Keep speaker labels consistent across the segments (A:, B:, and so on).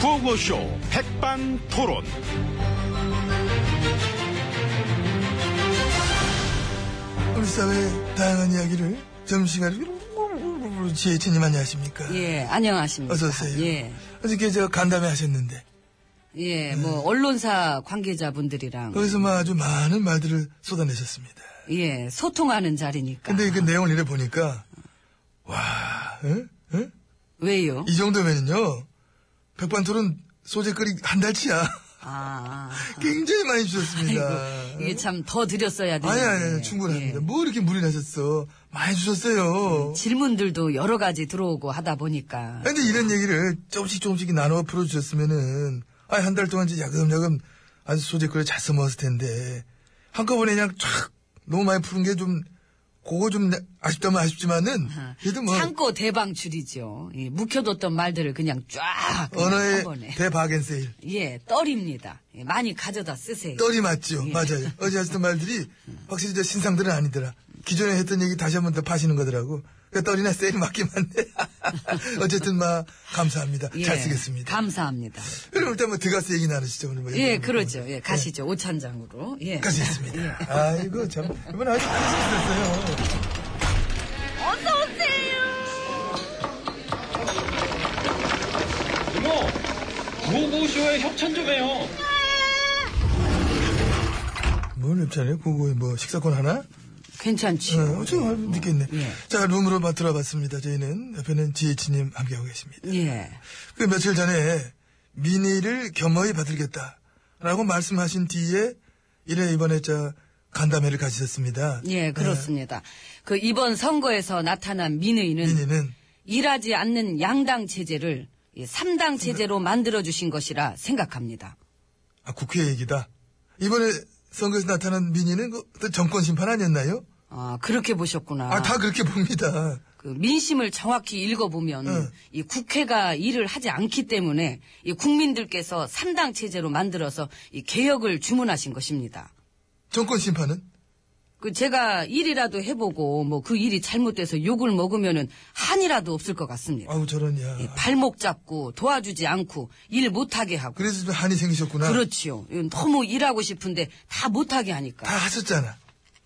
A: 구호쇼 백반토론.
B: 우리 사회의 다양한 이야기를 점심가지고 지혜진님 안녕하십니까?
C: 예, 안녕하십니까.
B: 어서오세요.
C: 예.
B: 어저께 제가 간담회 하셨는데,
C: 예,
B: 네.
C: 뭐, 언론사 관계자분들이랑,
B: 거기서 막 아주 많은 말들을 쏟아내셨습니다.
C: 예, 소통하는 자리니까.
B: 근데 그 내용을 이래 보니까, 와, 응? 응?
C: 왜요?
B: 이 정도면은요, 백반토론 소재 거리 한 달치야.
C: 아,
B: 굉장히 많이
C: 아이고,
B: 주셨습니다.
C: 이게 참 더 드렸어야 되는데.
B: 아니, 아니, 아니, 충분합니다.
C: 예.
B: 뭐 이렇게 물이 나셨어. 많이 주셨어요.
C: 질문들도 여러 가지 들어오고 하다 보니까.
B: 근데 이런 얘기를 조금씩 조금씩 나눠 풀어주셨으면은, 아, 한 달 동안 이제 야금야금 아주 소재글을 잘 써먹었을 텐데, 한꺼번에 그냥 촥, 너무 많이 푸는 게 좀, 그거 좀 나- 아쉽다면 아쉽지만은, 그래도 뭐,
C: 창고 대방출이죠. 예, 묵혀뒀던 말들을 그냥 쫙. 그냥 한
B: 언어의
C: 번에.
B: 대바겐세일.
C: 예, 떨입니다. 예, 많이 가져다 쓰세요.
B: 떨이 맞죠?
C: 예.
B: 맞아요. 어제 하셨던 말들이 확실히 저 신상들은 아니더라. 기존에 했던 얘기 다시 한 번 더 파시는 거더라고. 그 떨이나 세일 맞긴 한데. 어쨌든, 막, 감사합니다.
C: 예,
B: 잘 쓰겠습니다.
C: 감사합니다.
B: 그럼 일단 뭐, 드가스 얘기 나누시죠. 오늘 뭐
C: 예,
B: 얘기
C: 그러죠. 예, 가시죠. 오찬장으로. 예.
B: 까지 했습니다. 아이고, 참. 이번 아주 크리스마스 됐어요.
D: 이모, 구호구호쇼에 협찬 좀 해요.
B: 뭘 냅잖아요? 그거 뭐, 식사권 하나?
C: 괜찮지.
B: 어, 어째 늦게 했네.
C: 예.
B: 자, 룸으로 마- 들어봤습니다. 저희는 옆에는 지혜치님 함께하고 계십니다.
C: 예.
B: 그 며칠 전에 민의를 겸허히 받들겠다. 라고 말씀하신 뒤에 이래 이번에 저 간담회를 가지셨습니다. 네,
C: 예, 그렇습니다. 그 이번 선거에서 나타난 민의는
B: 예, 민의는
C: 일하지 않는 양당 체제를 이 삼당 체제로 만들어 주신 것이라 생각합니다.
B: 아, 국회 얘기다. 이번에 선거에서 나타난 민의는 그 어떤 정권 심판 아니었나요?
C: 아, 그렇게 보셨구나.
B: 아, 다 그렇게 봅니다.
C: 그 민심을 정확히 읽어보면
B: 응.
C: 이 국회가 일을 하지 않기 때문에 이 국민들께서 삼당 체제로 만들어서 이 개혁을 주문하신 것입니다.
B: 정권 심판은?
C: 그 제가 일이라도 해보고 뭐 그 일이 잘못돼서 욕을 먹으면은 한이라도 없을 것 같습니다.
B: 아우, 저런야.
C: 이 발목 잡고 도와주지 않고 일 못하게 하고
B: 그래서 좀 한이 생기셨구나.
C: 그렇죠. 그렇지요. 이건 너무 일하고 싶은데 다 못하게 하니까.
B: 다 하셨잖아.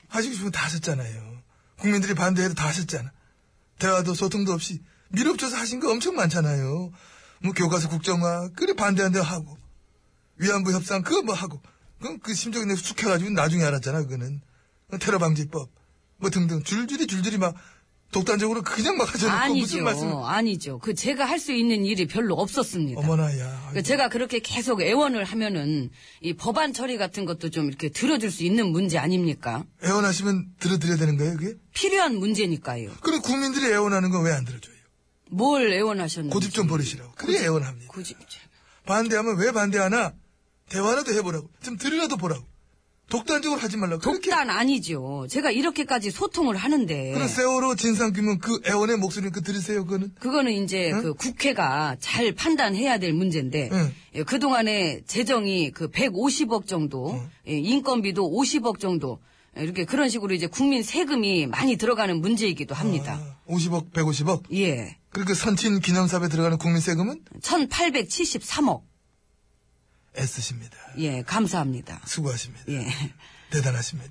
B: 하시고 싶으면 다 하셨잖아요. 국민들이 반대해도 다 하셨잖아. 대화도 소통도 없이 밀어붙여서 하신 거 엄청 많잖아요. 뭐 교과서 국정화 그래 반대한데 하고 위안부 협상 그거 뭐 하고 그건 그 심적인 내 숙해가지고 나중에 알았잖아 그거는 테러 방지법 뭐 등등 줄줄이 줄줄이 막 독단적으로 그냥 막 하셔놓고
C: 아니죠.
B: 무슨 말씀 을
C: 아니죠. 그 제가 할 수 있는 일이 별로 없었습니다.
B: 어머나야
C: 그 제가 그렇게 계속 애원을 하면은 이 법안 처리 같은 것도 좀 이렇게 들어줄 수 있는 문제 아닙니까?
B: 애원하시면 들어드려야 되는 거예요 그게?
C: 필요한 문제니까요.
B: 그럼 국민들이 애원하는 건 왜 안 들어줘요?
C: 뭘 애원하셨는지.
B: 고집 좀 버리시라고 그래 애원합니다
C: 굳이
B: 반대하면 왜 반대하나? 대화라도 해보라고. 좀 들으라도 보라고. 독단적으로 하지 말라고. 그렇게
C: 독단 네. 아니죠. 제가 이렇게까지 소통을 하는데.
B: 그런 세월호 진상 규명 그 애원의 목소리 그 들으세요 그거는.
C: 그거는 이제 그 국회가 잘 판단해야 될 문제인데
B: 응.
C: 예, 그동안에 재정이 그 150억 정도 예, 인건비도 50억 정도 예, 이렇게 그런 식으로 이제 국민 세금이 많이 들어가는 문제이기도 합니다.
B: 아, 50억, 150억.
C: 예.
B: 그리고 그 선친 기념사업에 들어가는 국민 세금은
C: 1873억.
B: 애쓰십니다.
C: 예, 감사합니다.
B: 수고하십니다.
C: 예.
B: 대단하십니다.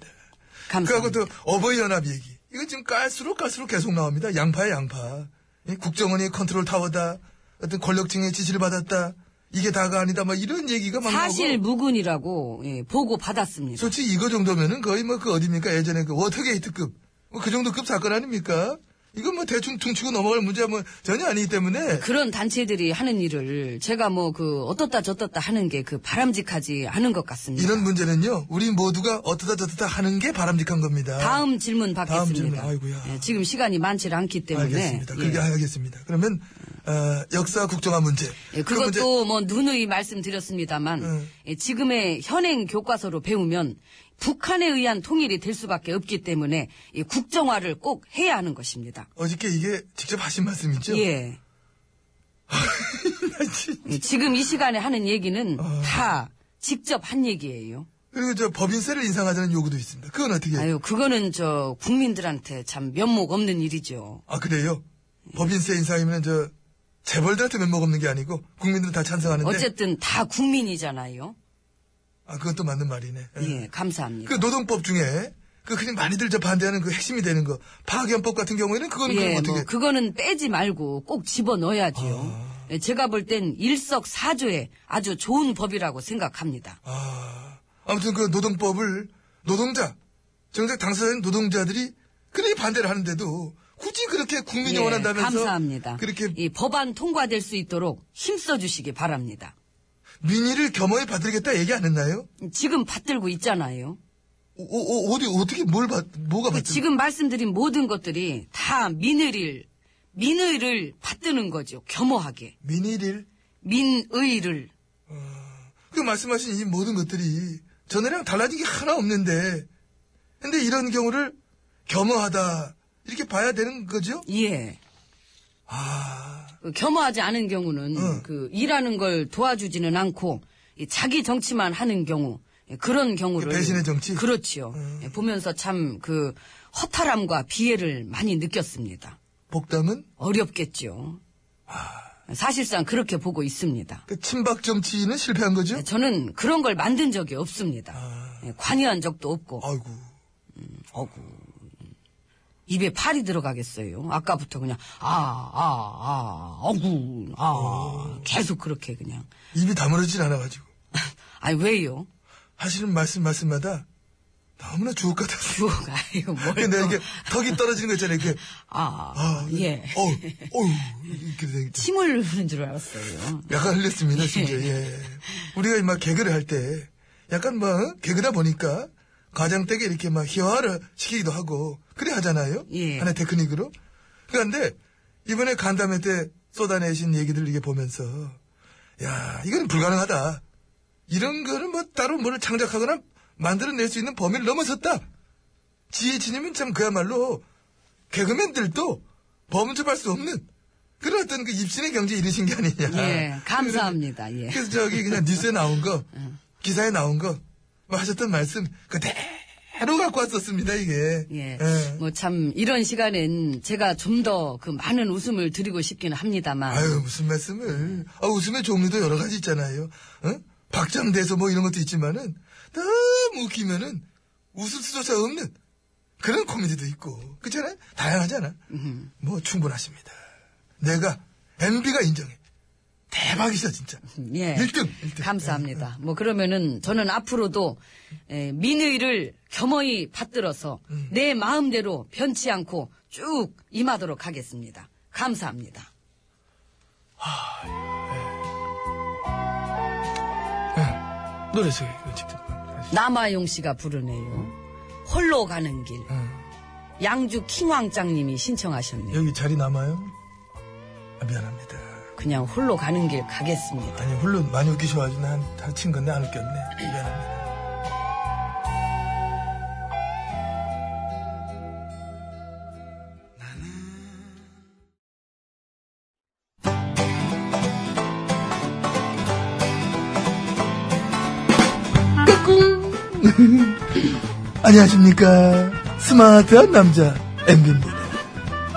B: 그하고
C: 감사합니다.
B: 또 어버이 연합 얘기. 이건 지금 깔수록 깔수록 계속 나옵니다. 양파야 양파. 이 국정원이 컨트롤 타워다. 어떤 권력층의 지시를 받았다. 이게 다가 아니다. 막 이런 얘기가 막
C: 사실
B: 나오고.
C: 무근이라고 예, 보고 받았습니다.
B: 솔직히 이거 정도면은 거의 뭐 그 어딥니까? 예전에 그 워터게이트급. 뭐 그 정도급 사건 아닙니까? 이건 뭐 대충 퉁치고 넘어갈 문제 뭐 전혀 아니기 때문에.
C: 그런 단체들이 하는 일을 제가 뭐 그 어떻다 저떻다 하는 게 그 바람직하지 않은 것 같습니다.
B: 이런 문제는요, 우리 모두가 어떠다 저떠다 하는 게 바람직한 겁니다.
C: 다음 질문 받겠습니다.
B: 다음 질문, 아이고야.
C: 예, 지금 시간이 많지 않기 때문에.
B: 알겠습니다.
C: 예.
B: 그렇게 하겠습니다. 그러면, 어, 역사 국정화 문제.
C: 예,
B: 그 문제-
C: 그것도 뭐 누누이 말씀드렸습니다만
B: 음.
C: 예, 지금의 현행 교과서로 배우면 북한에 의한 통일이 될 수밖에 없기 때문에 이 국정화를 꼭 해야 하는 것입니다.
B: 어저께 이게 직접 하신 말씀이죠?
C: 예. 예, 지금 이 시간에 하는 얘기는
B: 어.
C: 다 직접 한 얘기예요.
B: 그리고 저 법인세를 인상하자는 요구도 있습니다. 그건 어떻게 해요?
C: 아유, 그거는 저 국민들한테 참 면목 없는 일이죠.
B: 아, 그래요? 법인세 인상이면 저 재벌들한테 면목 없는 게 아니고 국민들은 다 찬성하는데
C: 어쨌든 다 국민이잖아요.
B: 아 그건 또 맞는 말이네. 예.
C: 예, 감사합니다.
B: 그 노동법 중에 그 흔히 많이들 저 반대하는 그 핵심이 되는 거 파견법 같은 경우에는 그건 그럼
C: 예,
B: 어떻게
C: 뭐 그거는 빼지 말고 꼭 집어 넣어야지요.
B: 아.
C: 예, 제가 볼 땐 일석사조에 아주 좋은 법이라고 생각합니다.
B: 아, 아무튼 그 노동법을 노동자, 정작 당사자인 노동자들이 그렇게 반대를 하는데도 굳이 그렇게 국민이
C: 예,
B: 원한다면서
C: 감사합니다. 예.
B: 그렇게
C: 이 법안 통과될 수 있도록 힘써 주시기 바랍니다.
B: 민의를 겸허히 받들겠다 얘기 안 했나요?
C: 지금 받들고 있잖아요.
B: 오, 오, 어디 어떻게 뭘 받, 뭐가
C: 그
B: 받들?
C: 지금 말씀드린 모든 것들이 다 민의를 민의를 받드는 거죠. 겸허하게
B: 민의를
C: 민의를
B: 그 말씀하신 이 모든 것들이 전에랑 달라진 게 하나 없는데 근데 이런 경우를 겸허하다 이렇게 봐야 되는 거죠?
C: 예.
B: 아.
C: 그 겸허하지 않은 경우는 그 일하는 걸 도와주지는 않고 이 자기 정치만 하는 경우 예, 그런 경우를
B: 그 배신의 정치?
C: 그렇지요. 예, 보면서 참 그 허탈함과 비애를 많이 느꼈습니다.
B: 복담은
C: 어렵겠죠.
B: 아.
C: 사실상 그렇게 보고 있습니다.
B: 그 친박 정치는 실패한 거죠?
C: 예, 저는 그런 걸 만든 적이 없습니다.
B: 아.
C: 예, 관여한 적도 없고
B: 아이고.
C: 어구. 입에 팔이 들어가겠어요. 아까부터 그냥, 아, 아, 아, 어구, 아. 계속 그렇게 그냥.
B: 입이 다물어진 않아가지고
C: 아니, 왜요?
B: 하시는 말씀 말씀마다 너무나 주옥 같았어.
C: 주옥, 아이고, 뭘.
B: 근데
C: 또.
B: 이렇게 턱이 떨어지는 거 있잖아요. 이렇게
C: 아,
B: 아,
C: 예.
B: 어, 어, 이렇게 되니까.
C: 침을 흐는 줄 알았어요.
B: 약간 흘렸습니다. 심지어 예. 우리가 막 개그를 할 때 약간 막 개그다 보니까 과장되게 이렇게 막 희화를 시키기도 하고 그래 하잖아요.
C: 예.
B: 하나 의 테크닉으로. 그런데 이번에 간담회 때 쏟아내신 얘기들 이게 보면서 야 이건 불가능하다. 이런 거는 뭐 따로 뭐를 창작하거나 만들어낼 수 있는 범위를 넘어섰다. 지혜진님은 참 그야말로 개그맨들도 범접할 수 없는 그런 어떤 그 입신의 경제 이르신 게 아니냐.
C: 예, 감사합니다. 예.
B: 그래서 저기 그냥 뉴스에 나온 거, 기사에 나온 거, 뭐 하셨던 말씀 그대로 갖고 왔었습니다, 이게.
C: 예.
B: 예.
C: 뭐 참 이런 시간엔 제가 좀 더 그 많은 웃음을 드리고 싶기는 합니다만
B: 아유, 무슨 말씀을. 아, 웃음의 종류도 여러 가지 있잖아요. 어? 박장대소 뭐 이런 것도 있지만은, 너무 웃기면은 웃을 수조차 없는 그런 코미디도 있고, 그렇잖아요? 다양하잖아.
C: 음.
B: 뭐 충분하십니다. 내가 MB가 인정해. 대박이셔, 진짜.
C: 예.
B: 1등, 1등.
C: 감사합니다. 뭐 그러면은 저는 앞으로도 에, 민의를 겸허히 받들어서 내 마음대로 변치 않고 쭉 임하도록 하겠습니다. 감사합니다.
B: 노래 소개, 이거 직접. 다시.
C: 남아용 씨가 부르네요. 홀로 가는 길.
B: 어.
C: 양주 킹왕짱님이 신청하셨네요.
B: 여기 자리 남아요? 아, 미안합니다.
C: 그냥 홀로 가는 길 가겠습니다.
B: 아니 물론 많이 웃기셔가지고 난 다친 건데 안 웃겼네 미안합니다 안녕하십니까 스마트한 남자 MB입니다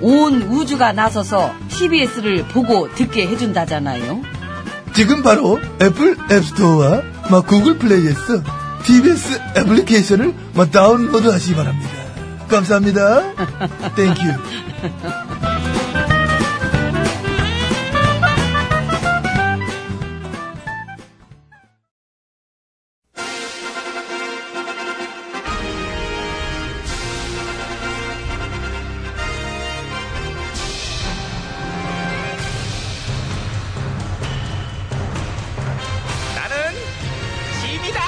C: 온 우주가 나서서 TBS를 보고 듣게 해준다잖아요.
B: 지금 바로 애플 앱스토어와 막 구글 플레이에서 TBS 애플리케이션을 막 다운로드하시기 바랍니다. 감사합니다. 땡큐.
A: 나는 짐이다.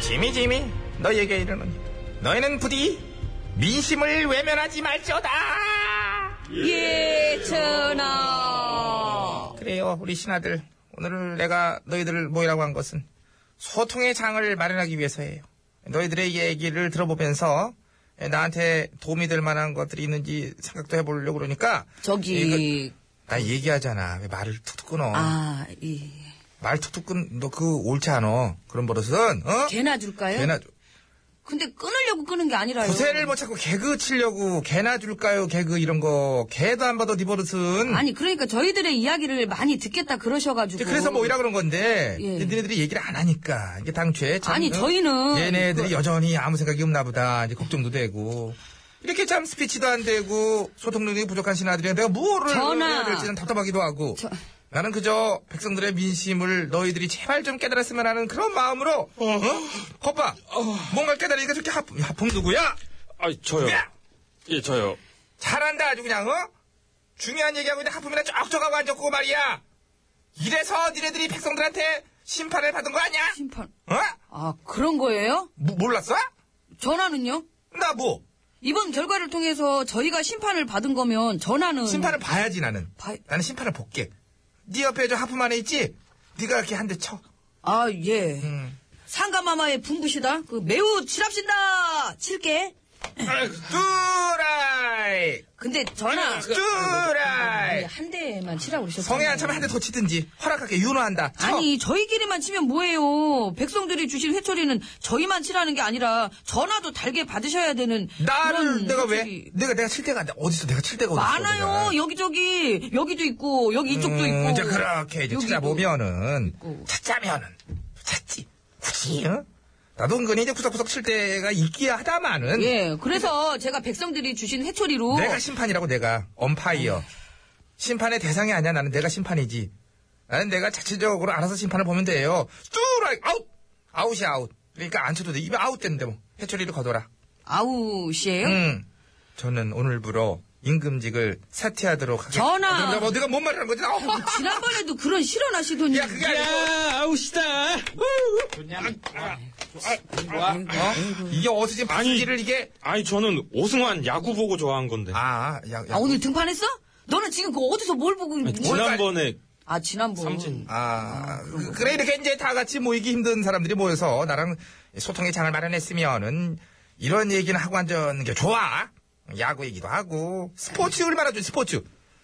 A: 짐이 짐이 너희에게 이르노니 너희는 부디 민심을 외면하지 말지어다.
C: 예, 전하.
A: 그래요, 우리 신하들. 오늘 내가 너희들을 모이라고 한 것은 소통의 장을 마련하기 위해서예요. 너희들의 얘기를 들어보면서 예, 나한테 도움이 될 만한 것들이 있는지 생각도 해보려고 그러니까. 이거-
C: 저기,
A: 나 얘기하잖아. 왜 말을 툭툭 끊어?
C: 아, 이,
A: 말 툭툭 끊, 너 그거 옳지 않아. 그런 버릇은, 어?
C: 개나 줄까요?
A: 개나, 줘.
C: 근데 끊으려고 끊은 게 아니라요.
A: 구세를 뭐 못 찾고 개그 치려고 개나 줄까요? 개그 이런 거. 개도 안 받아, 네 버릇은.
C: 아니, 그러니까 저희들의 이야기를 많이 듣겠다
A: 이제
C: 그러셔가지고.
A: 그래서 뭐 모이라 그런 건데
C: 예.
A: 이제 니네들이 얘기를 안 하니까 이게 당초에 참,
C: 아니,
A: 어,
C: 저희는
A: 얘네들이
C: 그-
A: 여전히 아무 생각이 없나 보다 이제 걱정도 되고 이렇게 참 스피치도 안 되고 소통 능력이 부족한 신하들이 내가 뭐를
C: 전하.
A: 해야 될지는 답답하기도 하고
C: 저-
A: 나는 그저 백성들의 민심을 너희들이 제발 좀 깨달았으면 하는 그런 마음으로 어? 겉봐 뭔가 깨달으니까 저렇게 하품, 하품 누구야?
E: 아, 저요.
A: 야!
E: 예, 저요.
A: 잘한다 아주 그냥 어? 중요한 얘기하고 있는데 하품이나 쩍쩍하고 앉았고 말이야 이래서 니네들이 백성들한테 심판을 받은 거 아니야?
C: 심판.
A: 어?
C: 아, 그런 거예요?
A: 모- 몰랐어?
C: 전화는요?
A: 나 뭐?
C: 이번 결과를 통해서 저희가 심판을 받은 거면 전화는.
A: 심판을 봐야지 나는
C: 봐-
A: 나는 심판을 볼게 네 옆에 저 하품 안에 있지? 네가 이렇게 한 대 쳐.
C: 아, 예.
A: 음.
C: 상가마마의 분부시다. 그 매우 칠합신다. 칠게.
A: 뚜라이,
C: 근데 전화. 아니,
A: 뚜라이.
C: 한 대만 치라고 그러셨어요.
A: 음, 성에 안 차면 한 대 더 치든지 허락할게 윤호한다. 쳐.
C: 아니 저희끼리만 치면 뭐해요? 백성들이 주신 회초리는 저희만 치라는 게 아니라 전화도 달게 받으셔야 되는
A: 나를
C: 그런
A: 내가
C: 회초리.
A: 왜? 내가 내가 칠 때가 안 돼. 어디서 내가 칠 때가 어디 있어?
C: 많아요 여기저기 여기도 있고 여기 이쪽도 있고
A: 음, 이제 그렇게 이제
C: 여기도.
A: 찾아보면은
C: 있고.
A: 찾자면은 찾지 굳이 어? 나도 은근히 이제 구석구석 칠 때가 있기야 하다마는
C: 예 그래서 제가 백성들이 주신 회초리로
A: 내가 심판이라고 내가 엄파이어 심판의 대상이 아니야 나는 내가 심판이지 나는 내가 자체적으로 알아서 심판을 보면 돼요 스트라이크 아웃 아웃이 아웃 그러니까 안 쳐도 돼 입에 아웃 됐는데 뭐 해초리를 거둬라
C: 아웃이에요?
A: 음 저는 오늘부로 임금직을 사퇴하도록 하겠습니다
C: 전하!
A: 뭐 내가 뭔 말을 하는 거지 아우,
C: 뭐 지난번에도 그런 실언하시더니
A: 야 아, 그게 아니고
E: 야, 아웃이다.
A: 이게 아, 어디서 지금
E: 아니.
A: 박수지를 이게
E: 아니, 저는 오승환 야구 보고 좋아한 건데.
A: 아, 야, 야.
C: 아 오늘 등판했어? 너는 지금 그 어디서 뭘 보고 있는 거야?
E: 지난번에
C: 아 지난번
E: 삼진.
A: 아, 그- 그래 이렇게 이제 다 같이 모이기 힘든 사람들이 모여서 나랑 소통의 장을 마련했으면은 이런 얘기는 하고 앉는 게 좋아. 야구 얘기도 하고 스포츠 얼마나 좋지 스포츠.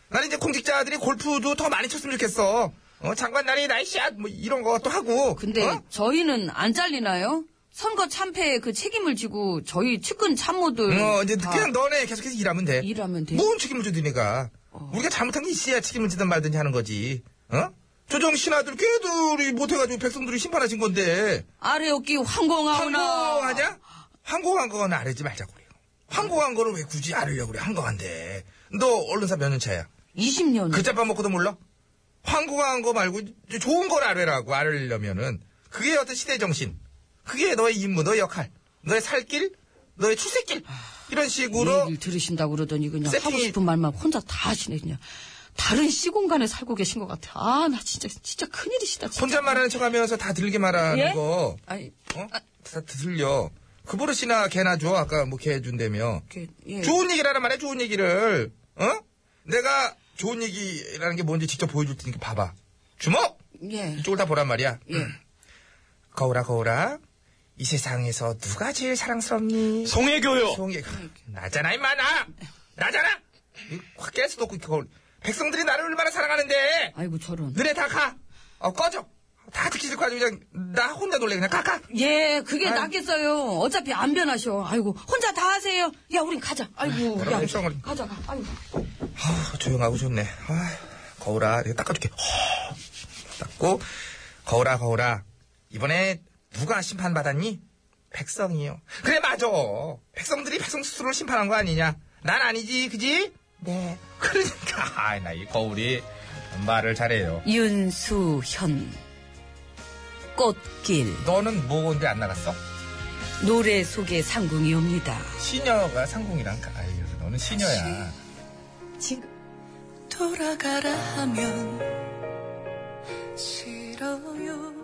A: 나는 이제 공직자들이 골프도 더 많이 쳤으면 좋겠어. 어, 장관 날이 나이샷 뭐 이런 것도 하고.
C: 근데
A: 어?
C: 저희는 안 잘리나요? 선거 참패에 그 책임을 지고 저희 측근 참모들
A: 어, 이제
C: 다
A: 그냥 너네 뭐? 계속해서 일하면 돼.
C: 일하면 돼요?
A: 뭔 책임을 줘, 니네가.
C: 어.
A: 우리가 잘못한 게 있어야 책임을 지든 말든지 하는 거지. 어? 조정 신하들 걔들이 못해가지고 백성들이 심판하신 건데.
C: 아래 어깨 황공하오나
A: 항공하자? 항공한 거는 안 하지 말자고 그래요. 항공한 거를 왜 굳이 안 하려고 그래, 항공한데. 너 언론사 몇 년 차야?
C: 20년
A: 그 짜밥 먹고도 몰라? 황공한 거 말고 좋은 걸 알으라고, 알으려면은. 그게 어떤 시대 정신. 그게 너의 임무, 너의 역할. 너의 살길, 너의 출세길. 이런 식으로
C: 얘기를 들으신다고 그러더니 그냥 하고
A: 세팅이-
C: 싶은 말만 혼자 다 하시네 그냥 다른 시공간에 살고 계신 것 같아 아 나 진짜 진짜 큰일이시다 진짜.
A: 혼자 말하는 척 하면서 다 들게 말하는
C: 예?
A: 거.
C: 아니
A: 어? 다 들려. 그 버릇이나 개나 줘. 아까 뭐 개 준다며.
C: 그, 예.
A: 좋은 얘기를 하란 말이야, 좋은 얘기를. 어? 내가 좋은 얘기라는 게 뭔지 직접 보여줄 테니까 봐봐. 주먹!
C: 예.
A: 이쪽을 다 보란 말이야.
C: 예.
A: 거울아, 거울아. 이 세상에서 누가 제일 사랑스럽니?
E: 송혜교요.
A: 송이.
C: 음.
A: 나잖아, 임마, 나! 나잖아! 이확 깰 수도 없고, 거울. 백성들이 나를 얼마나 사랑하는데!
C: 아이고 저런
A: 너네 다 가! 어, 꺼져! 다 듣기 싫고 아주 그냥, 나 혼자 놀래, 그냥 가, 가!
C: 예 그게
A: 아이.
C: 낫겠어요 어차피 안 변하셔 아이고 혼자 다 하세요 야 우린 가자 아이고
A: 그럼
C: 야
A: 일상을-
C: 가자 가 아이고
A: 아휴, 조용하고 좋네. 아휴, 거울아, 이거 닦아줄게. 허, 닦고, 거울아, 거울아. 이번에 누가 심판받았니? 백성이요. 그래, 맞아. 백성들이 백성 스스로를 심판한 거 아니냐. 난 아니지, 그지? 네. 그러니까, 아이, 나 이 거울이 말을 잘해요.
C: 윤수현 꽃길
A: 너는 뭐인데 안 나갔어?
C: 노래 속의 상궁이 옵니다.
A: 시녀가 상궁이랑, 가- 아이, 너는 시녀야.
F: 지금 돌아가라 하면 싫어요